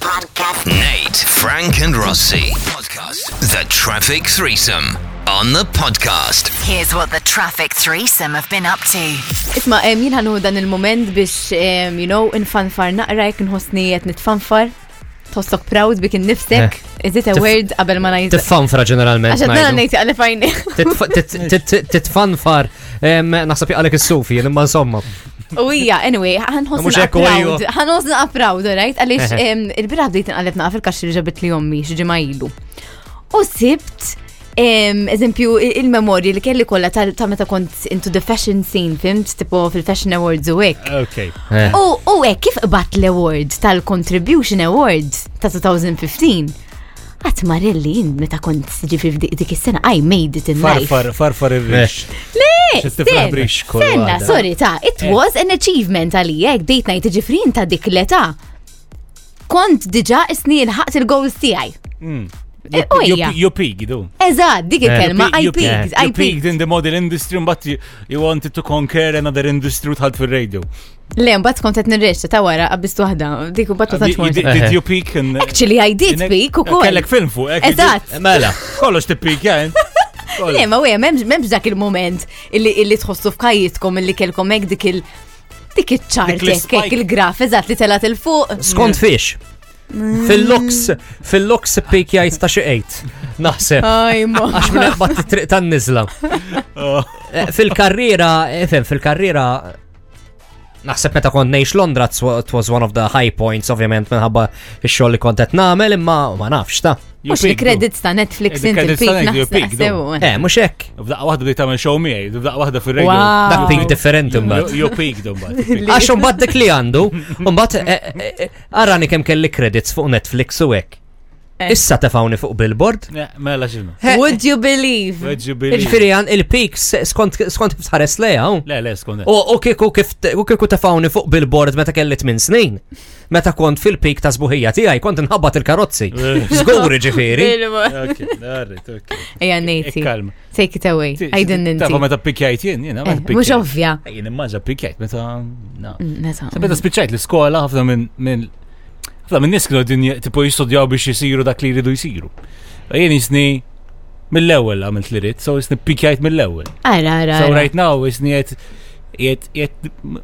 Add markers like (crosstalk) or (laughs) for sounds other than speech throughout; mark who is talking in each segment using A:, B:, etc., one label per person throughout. A: Podcast.
B: Nate, Frank, and Rossi. The Traffic Threesome on the podcast.
A: Here's what the Traffic Threesome have been up to.
C: Isma, em, jien ħanu dan il-moment biex, em, you know, nfanfar naqra jek nħosni jett nitfanfar. Tostok proud bik nifsek. Is it a
D: Tif-
C: word qabel ma najt?
D: Tiffanfra ġeneralment.
C: Għaxad dan
D: ngħidu.
C: għanajti għalifajni.
D: Titf- tit- tit- tit- Titfanfar. Em, Naħseb jgħalek il-sufi, imma insomma.
C: Uija, anyway,
D: Mhux
C: ħanħosna
D: hekk u
C: proud.
D: ejju.
C: Ħanħosna proud, right? Għalix,
D: Eħe.
C: em, il-bira bdejt nqalib naqaf il-kaxxi li ġabit li jommi, xġima ilu. U sibt, em, eżempju, il- il-memorji li kelli kolla ta' meta kont into the fashion scene, fimt, tipo fil-Fashion Awards u hekk.
E: Okay.
D: Eh,
C: U u hekk kif qbat l-award tal-Contribution Award ta' 2015. Għat Marelli, jien meta kont ġifri f'di- dik is-sena, I made it in life.
E: Farfar, farfar il-rix.
C: Le,
E: Xed tifraħ
C: sen-
E: brix kol
C: Senna,
E: għada.
C: sorry ta' it
E: Eh.
C: was an achievement għalijek, date night ġifri ta' dik l-età. Kont diġa isni l-ħaqt il-goals tiegħi. Eh, u
E: Hmm. You-
C: hija.
E: You pig, do.
C: Eżad, dik il-kelma,
E: You
C: I
E: pig-
C: peaked,
E: you
C: I peaked.
E: in the model industry, but you, you wanted to conquer another industry tħad fil-radio.
C: Le, mbagħad kont qed nirreċta ta' wara qabbistu waħda, dik u bat ma tantx
E: You- you
C: mort.
E: Did did you peak? in- uh,
C: Actually, I did
E: in-
C: peak ukoll.
E: Kellek film fuq. eh,
C: Eżatt. (laughs)
E: kif- Mela. Kollox ti peak, eh? jgħin.
C: Le, ma weja, memx, memx dak il-moment illi, illi tħossu f'kajjitkom illi kelkom hekk dik il- dik
E: Dik
C: iċ-ċart
E: l-spike.
C: hekk il-graf, eżatt li telat il-fuq.
D: Skont fiex. Fil-loks, fil-loks pik jgħajt ta' xi eight. Naħseb.
C: Aj,
E: (laughs)
C: ma.
D: Għax
C: (laughs)
D: minn eqbat triq tan nizla.
E: Oh.
D: Eh, Fil-karriera, efem, fil-karriera. Naħseb meta kont ngħix Londra, it wa- it was one of the high points, ovvjament, minħabba x-xogħol li kont qed nagħmel, imma ma nafx ta'.
C: Mux li credits ta' Netflix
E: Eh, the
C: inti
E: credits ta' Netflix,
C: l-pik,
E: you peak, though.
C: naħseb.
D: Eh, mhux hekk.
E: F'daqqa waħda bdejt tagħmel show miegħi, f'daqqa waħda fil-radio.
C: Wow.
D: Dak pik differenti mbagħad.
E: You peak, do,
C: (laughs)
E: but.
D: Għax unbat dik li għandu, eh, unbat għarrani kem kelli credits fuq Netflix u hekk.
C: Eh.
D: Issa tefawni fuq Billboard.
E: Mela xinu.
C: Would you believe?
E: Veġi bil.
D: Ġifiri għan il-peak s- skont skont kif tħares leja. u.
E: Le, le, skonda.
C: Oh.
E: (laughs)
D: U u kieku kif u kieku tefawni fuq Billboard meta kelli 8 snin. Meta kont fil-peak ta' sbuħija tiegħi kont inħabbat il-karozzi. Żguri
C: (laughs)
D: ġifiri.
E: Eh, Ok, alright, ok. E
C: Eja, Nati.
E: Ikkalma.
C: Take it away. I didn't
E: Tafa
C: inti.
E: meta pikjajt jien, jena,
C: Eh,
E: meta pikjajt.
C: Mux ovvja.
E: Jien immaġa pikjajt, meta. No.
C: Meta-
E: Meta spiċajt l-iskola, ħafna minn. Min, ħafna minn nies kienu din tipo jistudjaw biex jisiru dak li jridu jisiru. E Jien jisni mill-ewwel għamilt li rrid, so jisni pikjajt mill-ewwel.
C: Ara, ara.
E: So
C: ara.
E: right now jisni qed Yet, yet,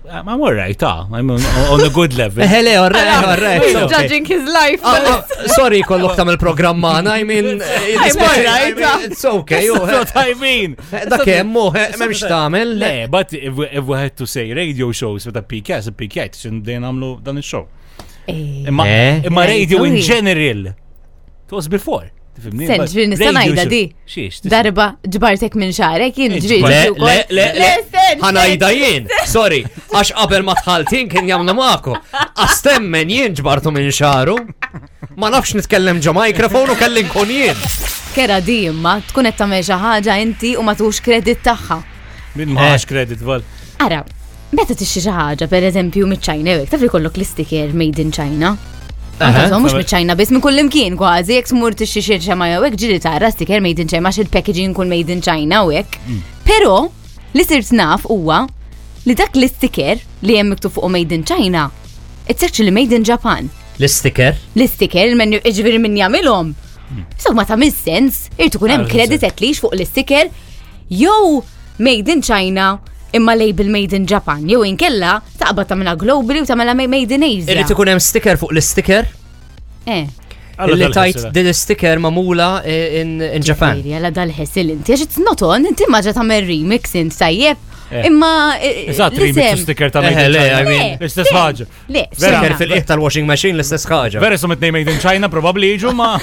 E: I'm alright, ah, I'm on, on a good level. (laughs)
D: Eħele, orre,
E: Ah,
C: He's
D: orre.
C: Ah,
D: Ah,
C: judging his life.
D: Sorry kollok tam il-programmana, I mean, it's
C: alright, ah.
D: It's okay. u-
E: That's what I mean.
D: Dak hemm mu, m'hemmx tagħmel. le.
E: Le, but if we, if we had to say radio shows with a PKS, a PKS, xin dejn għamlu dan il-show.
C: Eh,
E: Imma
D: Eh?
E: imma
C: Eh,
E: radio in
C: sorry.
E: general. It was before. Tifimni?
C: Sen,
E: But
C: ġvien nista'
E: radio
C: ngħidha
E: show-
C: di.
E: Xiex, tis-
C: Darba ġbartek minn xarek, jien
E: Eh,
C: ġviri.
E: ġbar-
D: Le, le, le, le,
C: sen,
D: ħanajda jien, sorry, għax qabel ma tħaltin kien jamlu maqu. Astemmen jien ġbartu minn xaru. Ma nafx nitkellem ġo mikrofonu kelli nkun jien.
C: Kera di imma tkun qed tagħmel xi ħaġa inti u ma tuħux kredit tagħha.
E: Min
D: Eh.
E: maħax credit val.
C: Ara, meta tixxi xi ħaġa pereżempju miċ-Ċajna hekk, taf li kollok l-istiker made in China. Għazom, mux miċ-ċajna, bis minn kull imkien kważi, jek smur tixxi xi xema jew hekk ġiri tara stiker made in China, għax il-packaging kun made in China u hekk. Però li sirt naf huwa li dak l-istiker li hemm miktub fuq made in China, it's actually made in Japan.
D: L-istiker?
C: l-istiker minn iġviri minn jamilom. So ma ta' sens, irtu kunem
E: Ah,
C: kredit at least fuq l-istiker, jew made in China imma label made in Japan, jew inkella taqbad ta' minna globally u ta' minna made in Asia.
D: Irrid ikun hemm sticker fuq l-istiker?
C: Eh,
D: Illi tajt din sticker mamula eh, in in Japan.
C: ġifiri, għala dal-ħessil inti, għax it's not on, inti maġa ta' mer remix طيب. int tajjeb,
D: إيه.
E: Eh.
C: imma.
E: Eżat, remix sticker ta' Made
D: Eħe,
E: in
D: Eh, le, I
E: China.
D: mean-
E: L-istess ħagġa.
C: Le,
D: Sticker
C: sticker
D: fil-qiegħ tal-washing machine l-istess ħaġa.
E: Vera sumet nej Made in China, probabli
C: (laughs)
E: iġu ma.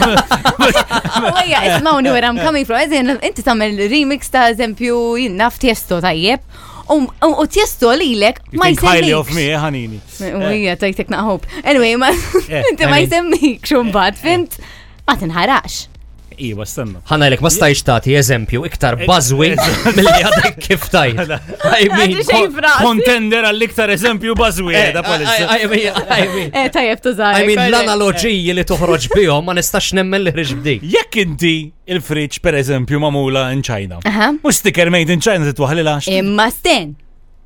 C: Għajja, ismawni where I'm coming from. Eżin, inti tamel remix ta' eżempju jinnaf tiesto tajjeb. Um, um, U tiesto li lek ma
E: (laughs) Think highly of
C: jisemmikx.
E: me, eh, ħanini.
C: Uwija, tajtek naħob. Anyway, ma
E: Eh,
C: (laughs) inti ma
D: I mean-
C: jisemmikx umbat, fint? Ma tinħarax.
E: Iwa, stanna.
D: Ħanajlek ma stajx tagħti eżempju iktar bażwi milli għadek kif tajt. I mean,
C: Għandi xejn frasi.
E: Contender għall-iktar eżempju bazwi,
D: eh,
E: da palissa.
D: I I- I mean, I mean.
C: Eh, tajjeb tużar.
D: I mean, l-analogiji li toħroġ bihom ma nistax nemmen li ħriġ bdik.
E: Jekk inti il-friċ per eżempju mamula in China.
C: Aha.
E: Mux sticker made in China titwaħli lax.
C: Imma sten.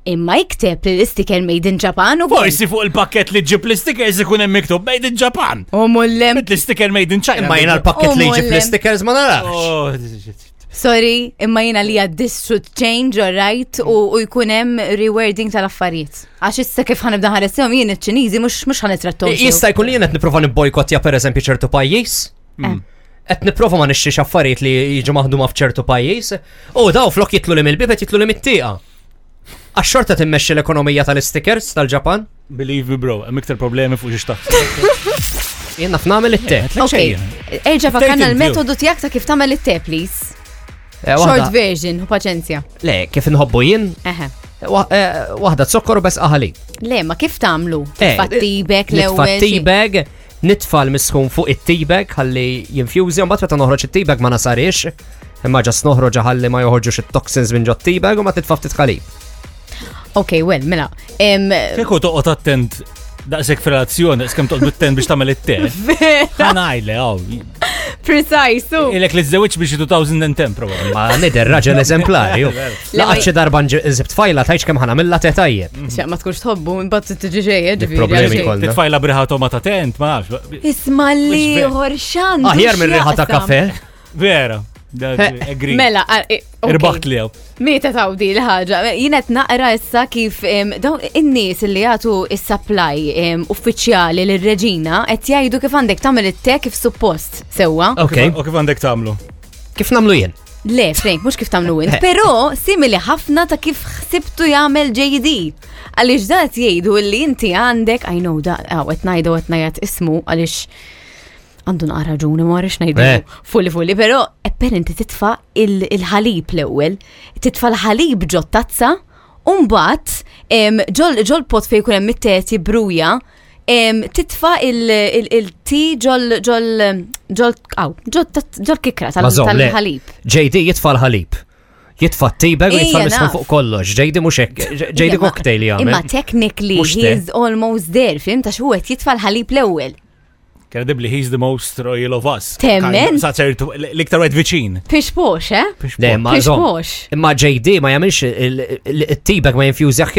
C: imma jikteb li l-istiker made in Japan u
E: Forsi fuq il-pakket li ġib l-stickers ikun hemm miktub made in Japan.
C: U mullem,
E: Mit l-sticker made in China.
D: Imma jina
C: Oh,
D: l-pakket li jġib
C: mollem.
D: l-stickers ma narax.
E: Oh, this is shit.
C: sorry, imma jina li għad this should change, all right, u u jkun hemm rewarding tal-affarijiet. Għax issa kif ħanibda ħaressihom jien iċ-Ċiniżi mhux mhux ħanitrattom. sew.
D: Jista jkun li jien qed niprofa nibbojkottja pereżempju ċertu pajjiż. Hmm.
C: Eh.
D: Qed niprofa ma nixxiex affarijiet li jiġu maħduma f'ċertu pajjiż. U daw flok jitlu li mill-bib qed jitlu li mit-tieqa. Għax-xorta timmexxi l-ekonomija tal-stickers tal-Ġapan?
E: Believe me bro, hemm iktar problemi fuq xi xtaħt.
D: Jien naf nagħmel it-te.
C: Ok, erġa'
E: Take
C: fakanna
E: it,
C: l-metodu tiegħek ta' kif tagħmel it-te, please.
D: Eh,
C: Short
D: waħda-
C: version, u paċenzja.
D: Le, kif inħobbu jien?
C: Eħe.
D: Wa- eh, Waħda t-sokkor u bes aħali.
C: Le, ma kif tagħmlu?
D: Eh,
C: Fattibek
D: Nitfa
C: l-ewwel. xi-
D: t-teabag, nitfa l-misħun fuq it-teabag, ħalli jinfjuzi, un bat meta noħroġ it-teabag ma nasarix. Imma ġas noħroġ ħalli ma joħorġux it-toxins minn ġot t-teabag u ma titfa ftit
C: Ok, well, mela. Em,
E: Kieku toqgħod attent daqshekk fil-azzjoni, daqskemm toqgħod attent biex tagħmel it-te. Ħanajle, aw.
C: Precise, u.
E: Ilek li żewġ biex 2010 probabli.
D: Ma nider
C: (laughs)
D: raġel eżemplari. ju. Laqgħad xi darba nġi- zibt fajla tajx kemm ħanamilla te tajjeb.
C: Xa, ma tkunx tħobbu, minn bat t-tġi ġeja,
D: Il-problemi kollha.
E: Titfajla briħa tomata tent, ma nafx.
C: Isma li
E: Mhux
C: ħorxan.
D: Aħjar minn riħa ta'
C: kafe.
D: kafe.
E: Vera. Da-
D: Eh,
E: agree.
C: Mela, ar- i- ok.
E: Irbaħt li għaw.
C: Meta taw di l-ħagġa, jienet naqra issa kif em, dawn in-nies li jagħtu is-supply em, uffiċjali lir-reġina qed jgħidu kif għandek tagħmel it-te kif suppost sewwa.
D: Ok,
E: U kif għandek tagħmlu?
D: kif namlu jien?
C: Le, Frank, mux kif tamlu
D: (laughs)
C: int, pero simili ħafna ta' kif xsibtu jagħmel JD. Għaliex dat jgħidu li inti għandek, I know ah, da, għaw, etnajdu etnajat ismu, għaliex għandu naqra ġuni ma għarix najdu
D: Eh.
C: fulli fulli, pero apparenti titfa il- il-ħalib l-ewel, titfa l-ħalib ġo tazza, umbat em, ġol ġol pot fej kunem mitteti bruja, em, titfa il- il- il-ti ġol ġol ġol għaw, ġol tazz- ġol kikra tal-
D: Mażom, le.
C: tal-ħalib.
D: JD jitfa l-ħalib. Jitfa t-teabag u
C: Ejja,
D: jitfa l-misħun
C: naf.
D: fuq kollox. JD mhux hekk. JD
C: Imma-
D: cocktail
C: Imma
D: jgħamil.
C: technically
D: Mhux te.
C: he's almost there, fim ta' xuwet jitfa l-ħalib l-ewel.
E: Credibly, he's the most royal of us.
C: Temmen?
E: Kind- Sa' ċertu, l- l-iktar għed viċin.
C: Pix pox, eh?
D: Le, ma
C: Fiex
D: zom.
C: mhux.
D: Imma JD ma jagħmilx il- il- it-tibek ma jinfjużax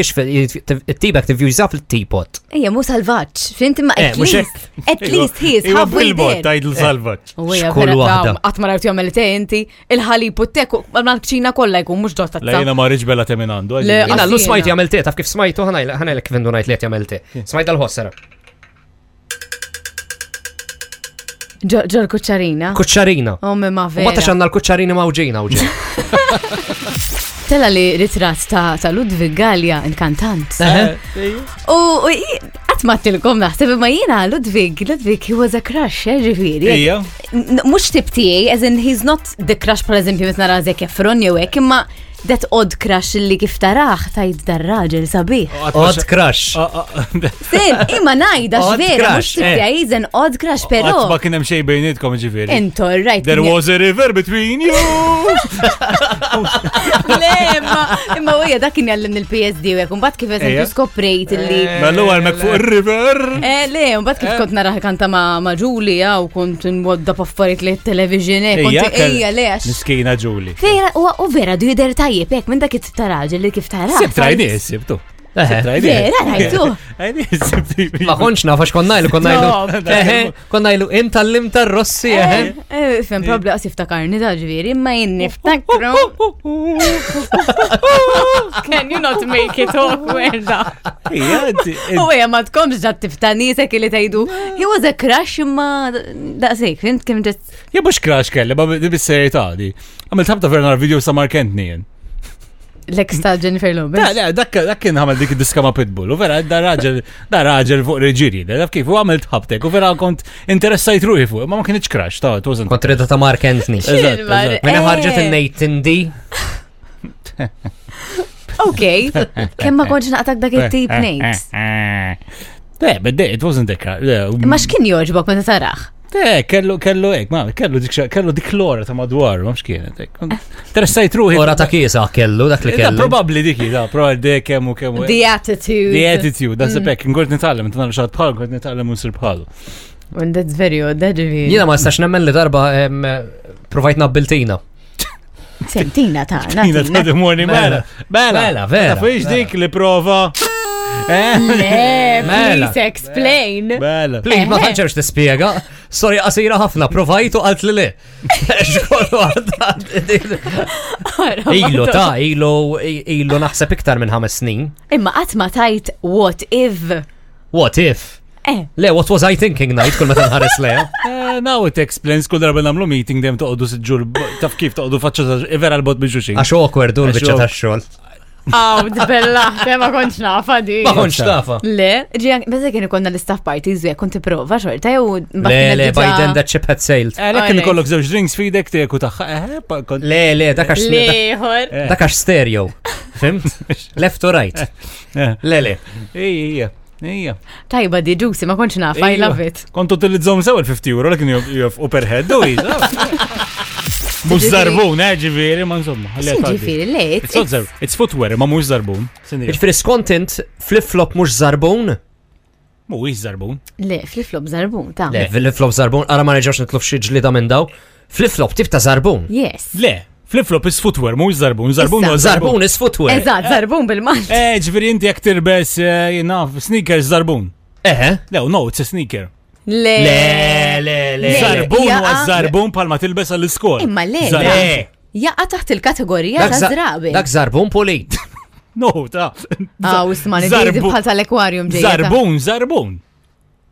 D: it-tibek tinfjuża fil-teapot.
C: Ejja, mu salvaċ, fint imma
D: Eh,
C: at
D: mhux
C: least, at least he's
E: Iwa
C: halfway there.
E: bil-bot, tajdl salvaċ.
C: Uwija,
D: Xkull
C: vera,
D: waħda.
C: dawn, Għatma rajt jom il-tenti, il-ħalib u t-teku, għamna l-kċina kolla jkun mux dotta
E: Lejna
C: t
E: ma riġbela teminandu.
C: Le-
D: Jina l
C: Għasina.
D: smajt jagħmel te, taf kif smajtu ħanajlek kif indu ngħid li qed jagħmel te. Smajt għal-ħossera.
C: Ah. Ġol kuċċarina.
D: Kuċċarina.
C: Omme ma
D: U ma tax
C: Oh, vera.
D: għandna l-kuċċarina mawġina
E: (laughs)
D: u ġej.
C: Tella li ritrat ta' ta' Ludwig Gallia, inkantant. U u i- għatma t-tilkom naħseb, ma jina Ludwig, Ludwig, he was a crush, eh, ġifiri.
E: Ija,
C: N- mux tip tiegħi, as in he's not the crush per eżempju meta nara Zac Efron jew hekk, imma that odd crush li kif taraħ tajt dar raġel sabiħ.
D: Odd crush.
C: Sin, imma ngħidha
D: Odd
C: x'vera, mhux
D: crush,
C: tip
D: eh.
C: tiegħi is an odd crush,
E: Għatma
C: però
E: kienem xej bejnietkom ġifiri.
C: Into right.
E: There
C: (laughs)
E: was a river between you.
C: Imma imma huja dak kien jallin il-PSD u hekk, imbagħad kif eżempju
E: Eja. Eh.
C: skoprejt illi.
E: Mellu Mela għalmek fuq il-river.
C: Eh, le, mbagħad kif kont naraħ kanta ma' ma' Julia u kont nwadda paffariet li television eh, kont ejja le għax.
E: Niskina ġuli.
C: Vera, u- u vera, du jider tajjeb, hekk minn dak it-taraġel li kif taraħ.
E: Sib
C: tajt-
E: trajni, sib tu.
D: Eħe.
C: Vera, rajtu.
E: (laughs) Għajni, sib tu.
D: Ma konċ nafax konnajlu, konnajlu.
E: No.
D: Eħe, konnajlu intallim tar-rossi, eħe.
C: Eh, Fem, probabli għas iftakarni da ġviri, ma
E: Oh,
C: jinn niftakru. Can you not make it awkward?
E: eh,
C: U
E: oh.
C: għja ma tkomx ġat tiftani sekk li tajdu. He was a crush imma daqsik, fint kim ġat.
E: Ja mux crash kelli, ma bis-serjetà di. Għamil tabta verna video sa' Mark Anthony jen.
C: L-ex ta' Jennifer
E: Da,
C: Lopez.
E: da, dak dak kien għamil dik diska ma' Pitbull, u vera, da raġel, da raġel fuq reġiri, da kif, u għamil tħabtek, u vera kont interessajt ruħi fuq, ma ma kienieċ crash, ta' tu
D: Kont rida ta' Mark Anthony.
C: Eh.
E: eżatt,
C: Xilmar,
E: eżatt.
D: Mena Mela ħarġet
C: eh,
D: il-Nathan D.
C: Ok, kemm ma konċ naqtak
E: Eh,
C: dak it-tip nejt.
E: Le, bedde, eh. it wasn't the crash.
C: Ma x'kien joġbok meta taraħ?
E: Le, eh, kellu, kellu ek, ma, kellu dik, kellu dik l-ora ta' madwar, ma xkienet, ek. Interessajt ruħi. Eh,
D: Ora ta' kiesa kellu, dak li
E: Da,
D: kellu.
E: probably diki, da, probably dek, kemmu, kemmu.
C: The attitude.
E: eh, The attitude, da'
D: Mm.
E: sepek, ngort nitallem, t-nallu xaħat bħal, ngort nitallem un sir bħalu.
C: And that's very odd, da ġviri.
D: Jina ma stax nemmen li darba em, provajt nabbiltina.
C: Sentina ta'
E: Jina ta'
C: natina.
E: the morning mela. Mela,
D: Mela, vera,
E: Fiex
D: vera.
E: dik li prova.
C: Eh?
E: (laughs)
F: Le,
D: Mela.
F: please explain.
C: (laughs)
E: Mela.
D: Please, ma
F: Eħe.
D: tanċerx tispiega. Sorry, qasira ħafna, provajtu għalt li le. Xkollu għadda. Ilu ta' ilu ilu naħseb iktar minn ħames snin.
C: Imma qatt ma tajt what if.
D: What if?
C: Eh,
D: Le, what was I thinking night kull meta nħares leja?
E: Eh, Now it explains kull darba namlu meeting dem toqdu s-ġur. Taf kif toqdu faċċa ta' vera l-bot bieġuxin.
D: Għax awkward u l-bicċa
E: Għax
D: ta' xol.
F: Għawd, bellaħte, ma konċ nafa di.
D: Ma konċ tafa.
C: Le, ġijan, bezza kien ikonna l-istaff party, zwe, konti prova xorta, jew
D: Le,
C: baħna
D: le,
C: diġa-
D: by then that ship had sailed.
E: Għalek Eh, li
F: Alright.
E: kollok zewġ drinks fidek teku taħħa. Eh, pa- kon-
D: Le, le, dak għax
F: Liħor.
E: Eh.
D: dak għax stereo. Fimt?
E: (laughs)
D: Left to right.
E: Eh.
D: Le, le.
E: Ija, ija. Ija.
C: Tajba di ġusi, ma konċ nafa, I love it.
D: Iva,
E: Kontu t-tilizzom sew il-50 euro, l-kien juf upperhead, u ija. Mux zarbun, eh, ġiviri, ma insomma. ħalli għaddi.
C: Ġifiri, le,
E: It's not zar- It's footwear, ma mux zarbun.
D: Ġifri skontent flip-flop mux zarbun?
E: Mux zarbun.
C: le, flip-flop zarbun, ta'
D: Le, flip-flop zarbun, għara ma neġawx nitluf xie ġlida minn daw. Flip-flop tip ta' zarbun.
C: Yes.
E: Le, flip-flop is footwear, mux zarbun. Oh, Zarbun
C: Issa,
E: u zarbun.
D: Zarbun is footwear.
C: Eżat, zarbun bil-malt.
E: Eh, ġifiri inti jek tirbes, eh, you know, sneakers zarbun.
D: Eħe.
E: No, no, it's a sneaker.
D: Eh,
C: Eh.
D: Le, le, le.
C: Le.
E: Zarbun
C: jaqa.
E: u zarbun palma tilbes għall-iskol.
C: ah,
E: Eh,
C: Imma le,
E: Zarbun.
D: Le.
C: Jaqa taħt il-kategorija
D: Dak
C: ta'
D: za-
C: zrabi.
D: Dak zarbun polit.
E: No, ta.
C: Ah, usman, id-diri
E: Zarbun.
C: bħal tal-ekwarium ġeja. ta'.
E: Zarbun, zarbun.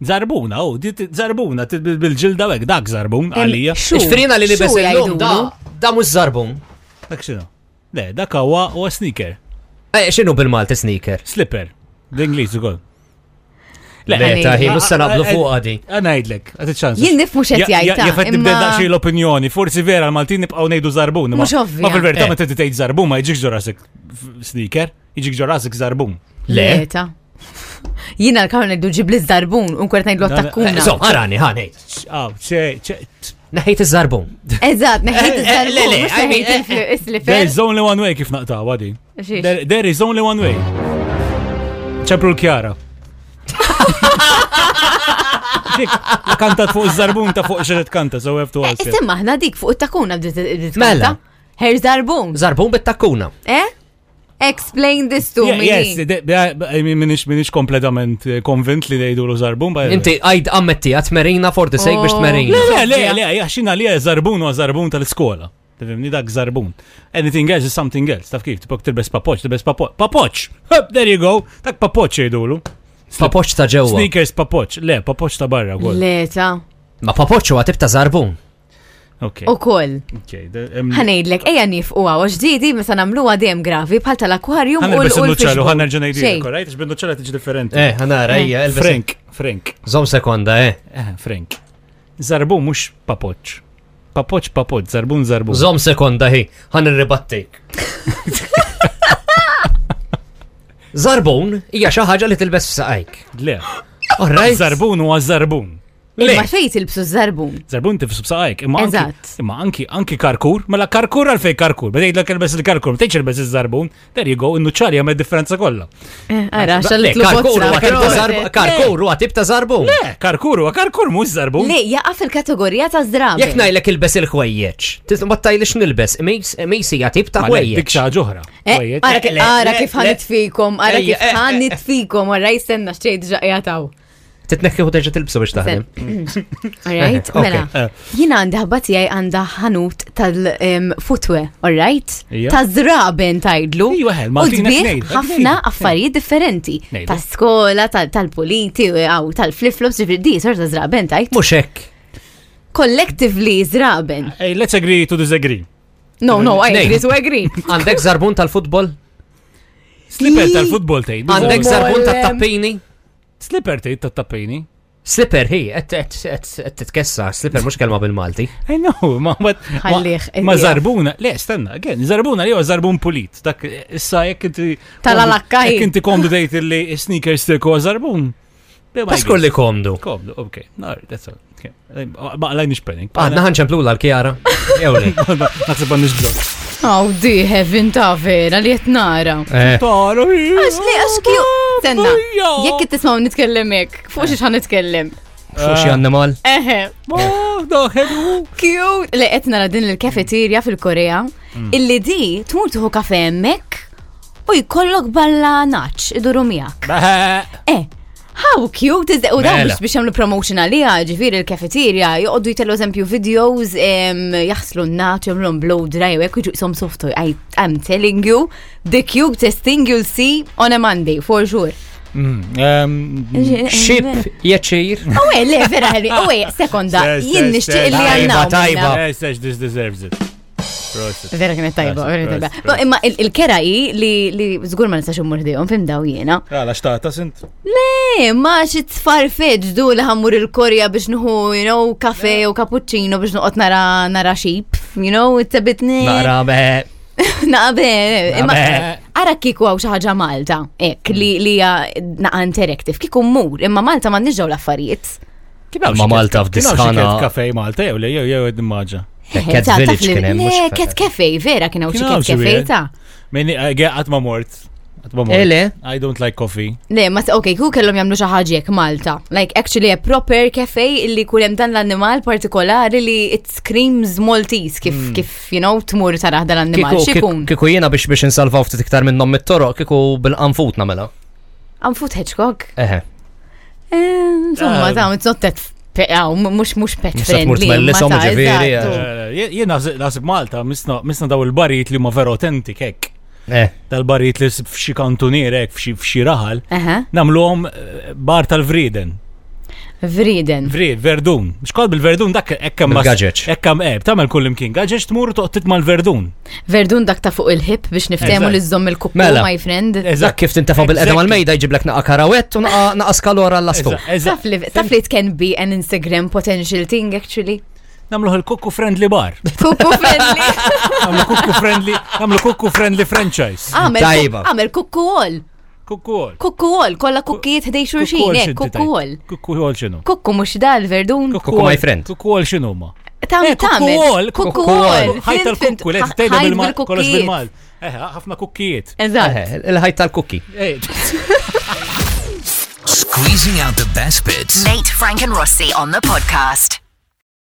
E: Zarbuna, u dit- zarbuna, tit- bil- bil-ġilda wek, dak zarbun,
C: Em,
E: għalija.
C: xu-
D: Ġifrina li li
C: xu
D: besellum
C: jgħidulu?
D: da. Da mux zarbun.
E: Dak xinu? Le, dak huwa huwa sneaker,
D: Eh, xinu bil-Malti sneaker?
E: slipper, bl-Ingliż ukoll.
D: Le,
C: Għalija.
D: ta' hi, mussa naqblu
E: Eh, eh,
D: fuq għadi.
E: Għana jgħidlek, għati ċans.
C: Jien nif mhux qed jgħid, ta,
E: Jafet
C: imma-
E: nibda daqxie l-opinjoni, forsi vera l-Maltin nibqaw nejdu zarbun. ma-
C: Mhux ovvja.
E: Ma fil-verità
D: Eh.
E: ma t tgħid zarbun, ma jġiġ ġorasek f- sneaker, jġiġ ġorasek zarbun.
D: Le.
C: Le, ta'. Jina l-kawna id ġibli zarbun, un kwerta id
E: No, no,
C: attakkuna.
D: So, għarani, ħani.
E: Ah, ċe, ċe, ċe-
D: Naħejt iż-żarbun.
C: Eżat, neħed
D: Eh, eh, le,
C: zarbun,
D: le,
C: mux
D: I mean, eh,
C: neħed
E: There
C: il-slifer.
E: is only one way kif naqtaw għadi.
C: Xiex?
E: There there is only one way. ċemplu l-kjara.
C: (laughs)
E: Dik, la Kantat fuq iż-żarbun ta' fuq xeret kanta, so we have to answer.
C: Istimma, Eh, ħna dik fuq it-takuna bdiet id-tkanta.
D: Mela.
C: Her zarbun,
D: Zarbun bit-takkuna.
C: eh? Explain this to
E: Yeah,
C: me.
E: Yes, de- de- I mean, minix minix kompletament eh, konvint li dejdu zarbun. but-
D: Inti għajd ammetti għat merina for the sake biex
C: Oh.
D: tmerina.
E: Le, le, le, le, jaxina li zarbun u zarbun tal-iskola. Tifimni dak zarbun. Anything else is something else. Taf kif, tipok tilbes papoċ, tilbes papoċ. Papoċ! Hup, There you go. Tak papoċ jgħidulu.
D: Papoċ ta' ġewwa.
E: Sneakers papoċ. Le, papoċ ta' barra. għol.
C: Le, ta'
D: Ma papoċ huwa tip ta' zarbun.
E: Ok.
C: u koll.
E: Ok, de- em,
C: ħanejdlek, eja nifqu għaw, ġdidi, mesa namluwa dejjem gravi, bħal tal-akwarium u
E: Għan il-bess il-nuċċalu,
C: l-ulfixbu.
E: għan il-ġenajdi.
C: Xejn.
E: Korrajt, xbin nuċċalu tiġi differenti.
D: Eh, għanara, ija, il-Frank.
E: Frank, Frank,
D: Zom sekonda, eh.
E: eh, Frank. Zarbu mux papoċ. Papoċ, papoċ, zarbun, zarbun.
D: Zom sekonda, hi. Għan ribattik Zarbun hija xi ħaġa li tilbes f'saqajk.
E: Le,
D: Orrajt.
E: zarbun u zarbun.
C: Imma
D: Le.
C: fejt il-bsu zarbun.
E: Zarbun tifsu b'saqajk, imma anki,
C: Eżatt.
E: imma anki, anki karkur, mela karkur għalfej karkur, bdejt l kelbes il-karkur, bdejt kelbes il-zarbun, there you go, il-nuċċali għamed differenza kolla.
C: Ara,
D: Eh, Le,
C: xallit
D: karkur huwa tip ta' zarbun. Karkur huwa tip ta' zarbun.
E: Eh, karkur, u karkur mux zarbun.
C: Le, jaqa fil-kategorija ta' zdrabi.
D: Jek najlek ilbes il-ħwejjeċ, ma tajlix nilbes, mejsi tip ta'
E: Għalek,
D: ħwejjeċ.
E: dik xaħġa ġohra.
C: Eh, Ara ki-
D: le,
C: ara
D: le,
C: kif
D: le.
C: ħanit fikom, ara
D: Ejja,
C: kif
D: eh, eh,
C: ħanit fikom, għarra jistenna xċejt ġaqjataw.
D: Titnekki u teġa tilbsu biex taħdem.
C: (clears throat) Alright,
D: Okay.
C: mela. Jina għanda ħabati għaj għanda ħanut tal-futwe, alright?
E: Ija.
C: Ta' zraben tajdlu.
E: Ejju, eħel, Maltina
C: U sbieħ
E: tnejdu,
C: ħafna
E: tnejdu.
C: affarijiet differenti.
E: Tnejdu.
C: Ta' skola, ta- tal-politi, għaw tal-flip-flops, ġifri di, sorta zraben tajt.
D: Mux hekk.
C: Collectively zraben.
E: Hey, إيه، let's agree to disagree.
C: No, no, I
D: Nej.
C: agree, so I agree.
D: Għandek zarbun tal-futbol?
E: Slipper tal-futbol tejn.
D: Għandek
C: Futbol,
D: zarbun
C: em.
D: tal-tappini?
E: Slipper tejn tat-tappini.
D: Slipper, hi, għed titkessa, slipper mux kelma bil-Malti.
E: I know, (laughs) ma ma
C: Ħallih,
E: ma
C: ejja.
E: zarbuna, le, stanna, again, zarbuna li huwa zarbun pulit. Dak issa jekk inti
C: Tal-alakka, hi.
E: Jekk inti komdu dejt li sneakers tek huwa zarbun. be my
D: Paskur li
E: guess.
D: komdu.
E: komdu, okay. No, that's all. Okay. Ma lajniex pening.
D: Għadna ħanċemplu l-kjara. Ewli.
E: Naħseb għandix blok.
C: Aw, di, heaven ta' vera li jtnara.
D: Eh,
E: Toro.
C: Għax li, għax kju. Senna,
E: Ejja.
C: jekk it-tismaw nitkellemek, fuq xiex ħan nitkellem.
D: Fuxi animal?
C: Eħe,
E: Ma no, hello.
C: Cute! Le qed nara din il-kafeterja fil-Korea
D: Mm.
C: illi di tmur tieħu kafe hemmhekk u jkollok balla naċ iduru miegħek. Eh, how cute is that? U dawn
D: Mela.
C: biex biex jagħmlu promotion għalija, ġifieri il-kafeterja joqogħdu jitellu eżempju videos em, jaħslu n-naċ jagħmlhom blow dry u hekk u jġuqshom softu. I I'm telling you, the cutest thing you'll see on a Monday for sure. eh,
D: Xip jaċir.
C: Owe, le, vera, Henry. Owe, sekonda,
E: Yes,
C: jien
E: yes,
C: nixtieq
E: yes.
C: li għanna.
D: Tajba, tajba.
E: Yes, yes, this deserves it. Prosit.
C: Vera kienet tajba,
E: Prosit,
C: vera kienet
E: prosit,
C: tajba.
E: prosit.
C: No, imma il- il-keraji li li żgur ma nistax immur dihom fim daw jiena.
E: Għala, xtaqta Ah, sint?
C: Le, ma xi tfarfeġ du li ħammur il-Korja biex nħu, you know, kafe u cappuccino biex noqgħod nara nara xip, you know, tsebitni. (laughs)
D: Nara be.
C: Nabe, imma
D: Nabe.
C: ara kiku għaw xaħġa Malta, ek, li li hija naqa interaktiv, kiku mur, imma Malta ma nġġaw l-affarijiet.
D: Ma Malta f'diskana.
E: Kafej Malta, jew le, jew jew id maġa.
D: Cat
C: Ta- taf
D: Village
C: li-
D: kien hemm, mhux
C: Le,
D: fe-
C: Cat Cafe, vera kien hawn xi
E: Kien
C: Cat
E: hawn xi
C: Cafe
E: wieħed.
C: ta'.
E: Minni, eh, għat ma mort. Għat ma mort.
D: Ele,
E: I don't like coffee.
C: Le, ma ok, ku kellhom jagħmlu xi ħaġa jekk Malta. Like actually a proper cafe illi jkun hemm dan l-annimal partikolari li it screams Maltese kif kif you know tmur tara dan l-annimal
D: kiku-
C: x'ikun.
D: kiku- kiku jena biex biex insalvaw ftit iktar minnom mit-toroq, kiku bil-qanfut namela. eh.
C: Anfut Hedgehog.
D: Eħe.
C: Eh, Insomma,
E: Ah.
C: ta' it's not that pet mhux mhux pet
D: Mhux qed tmur
C: friendly.
D: tmellisom,
C: imma ta'
D: ġifieri,
C: eżattu.
E: Jien nasib Malta, misna misna daw il-barijiet li ma vera autentik hekk.
D: Eh.
E: Tal-barijiet li s- f'xi kantunier hekk, f'xi- f'xi raħal,
C: Aha,
E: namluhom eh, bar tal-Vriden.
C: Vriden.
E: Vrid, Verdun. Xkol bil-Verdun dak ekkam ma.
D: Bil-gadgets.
E: Ekkam eb, tamel kullim kien. Gadgeċ tmur toqtit mal-Verdun.
C: Verdun dak ta' fuq il-hip biex niftemu
E: Eżatt.
C: li żomm il-kuppu
D: Mela.
C: my friend.
E: Eżatt.
D: Dak kif tintefaw bil-qedem
E: Exactly.
D: għal-mejda jġiblek naqa karawett u naqa naqa skalora l-lastu.
E: Eżatt, eżatt.
C: Taf li taf li it can be an Instagram potential thing actually.
E: Namluħ il-kukku friendly bar.
C: Kuku friendly.
E: Namlu kukku friendly, namlu kukku friendly franchise.
C: Għamel
D: Tajba.
C: għamel kukku għol.
E: Kukku għol.
C: Kukku għol, kolla kukkijiet ħdej xurxin, eh, kukku għol.
E: Kukku għol xinu.
C: Kukku mux dal verdun.
D: Kukku my friend.
E: Kukku għol xinu ma.
C: Tam
E: Eh, kukku
C: tamel.
E: għol,
C: Kukku
E: kukku
C: għol.
E: Ħajta
C: Fint,
E: l-kukku, le,
C: fint,
E: tejda
C: ħajt
E: bil-mal, kollox
C: bil-kukkijiet.
E: bil-mal. Eh, ħafna kukkijiet. Eh.
C: Eżatt.
D: Eħe, Eh, il-ħajt tal-kukki.
B: Squeezing out the best bits.
A: Nate, Frank, and Rossi on the podcast.